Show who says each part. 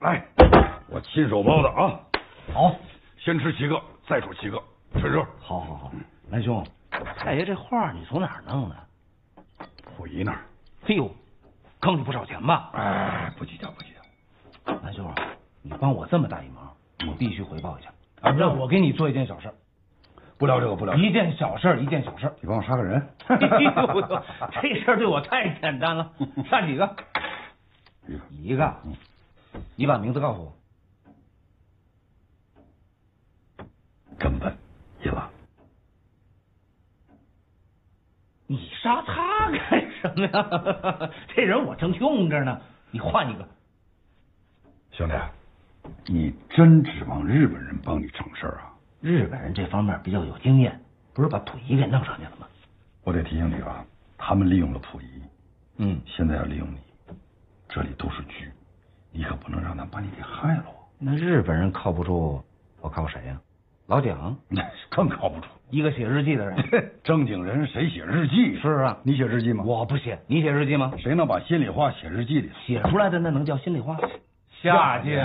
Speaker 1: 来，我亲手包的啊！
Speaker 2: 好，
Speaker 1: 先吃七个，再煮七个，试试。
Speaker 2: 好，好，好，兰兄，太爷这画你从哪儿弄的？
Speaker 1: 溥仪那儿，
Speaker 2: 嘿哎呦，坑你不少钱吧？
Speaker 1: 哎，不计较，不计较。
Speaker 2: 兰兄，啊你帮我这么大一忙，我必须回报一下。啊，让我给你做一件小事儿，
Speaker 1: 不聊这个，不聊这个。
Speaker 2: 一件小事儿，一件小事儿。
Speaker 1: 你帮我杀个人？ 哎
Speaker 2: 哎呦，这事儿对我太简单 了，杀几个？
Speaker 1: 一个
Speaker 2: 一个。
Speaker 1: 嗯
Speaker 2: 你把名字告诉我。
Speaker 1: 根本一了。
Speaker 2: 你杀他干什么呀？ 这人我正用着呢，你换一个。
Speaker 1: 兄弟，啊你真指望日本人帮你成事儿啊？
Speaker 2: 日本人这方面比较有经验，不是把溥仪给弄上去了吗？
Speaker 1: 我得提醒你啊，他们利用了溥仪，
Speaker 2: 嗯，
Speaker 1: 现在要利用你，这里都是局，你可不能让他把你给害了啊。
Speaker 2: 那日本人靠不住，我靠谁呀、老蒋，
Speaker 1: 那是更靠不住。
Speaker 2: 一个写日记的人。
Speaker 1: 正经人谁写日记？
Speaker 2: 是啊
Speaker 1: 你写日记吗？
Speaker 2: 我不写，你写日记吗？
Speaker 1: 谁能把心里话写日记里？
Speaker 2: 写出来的那能叫心里话？
Speaker 1: 下贱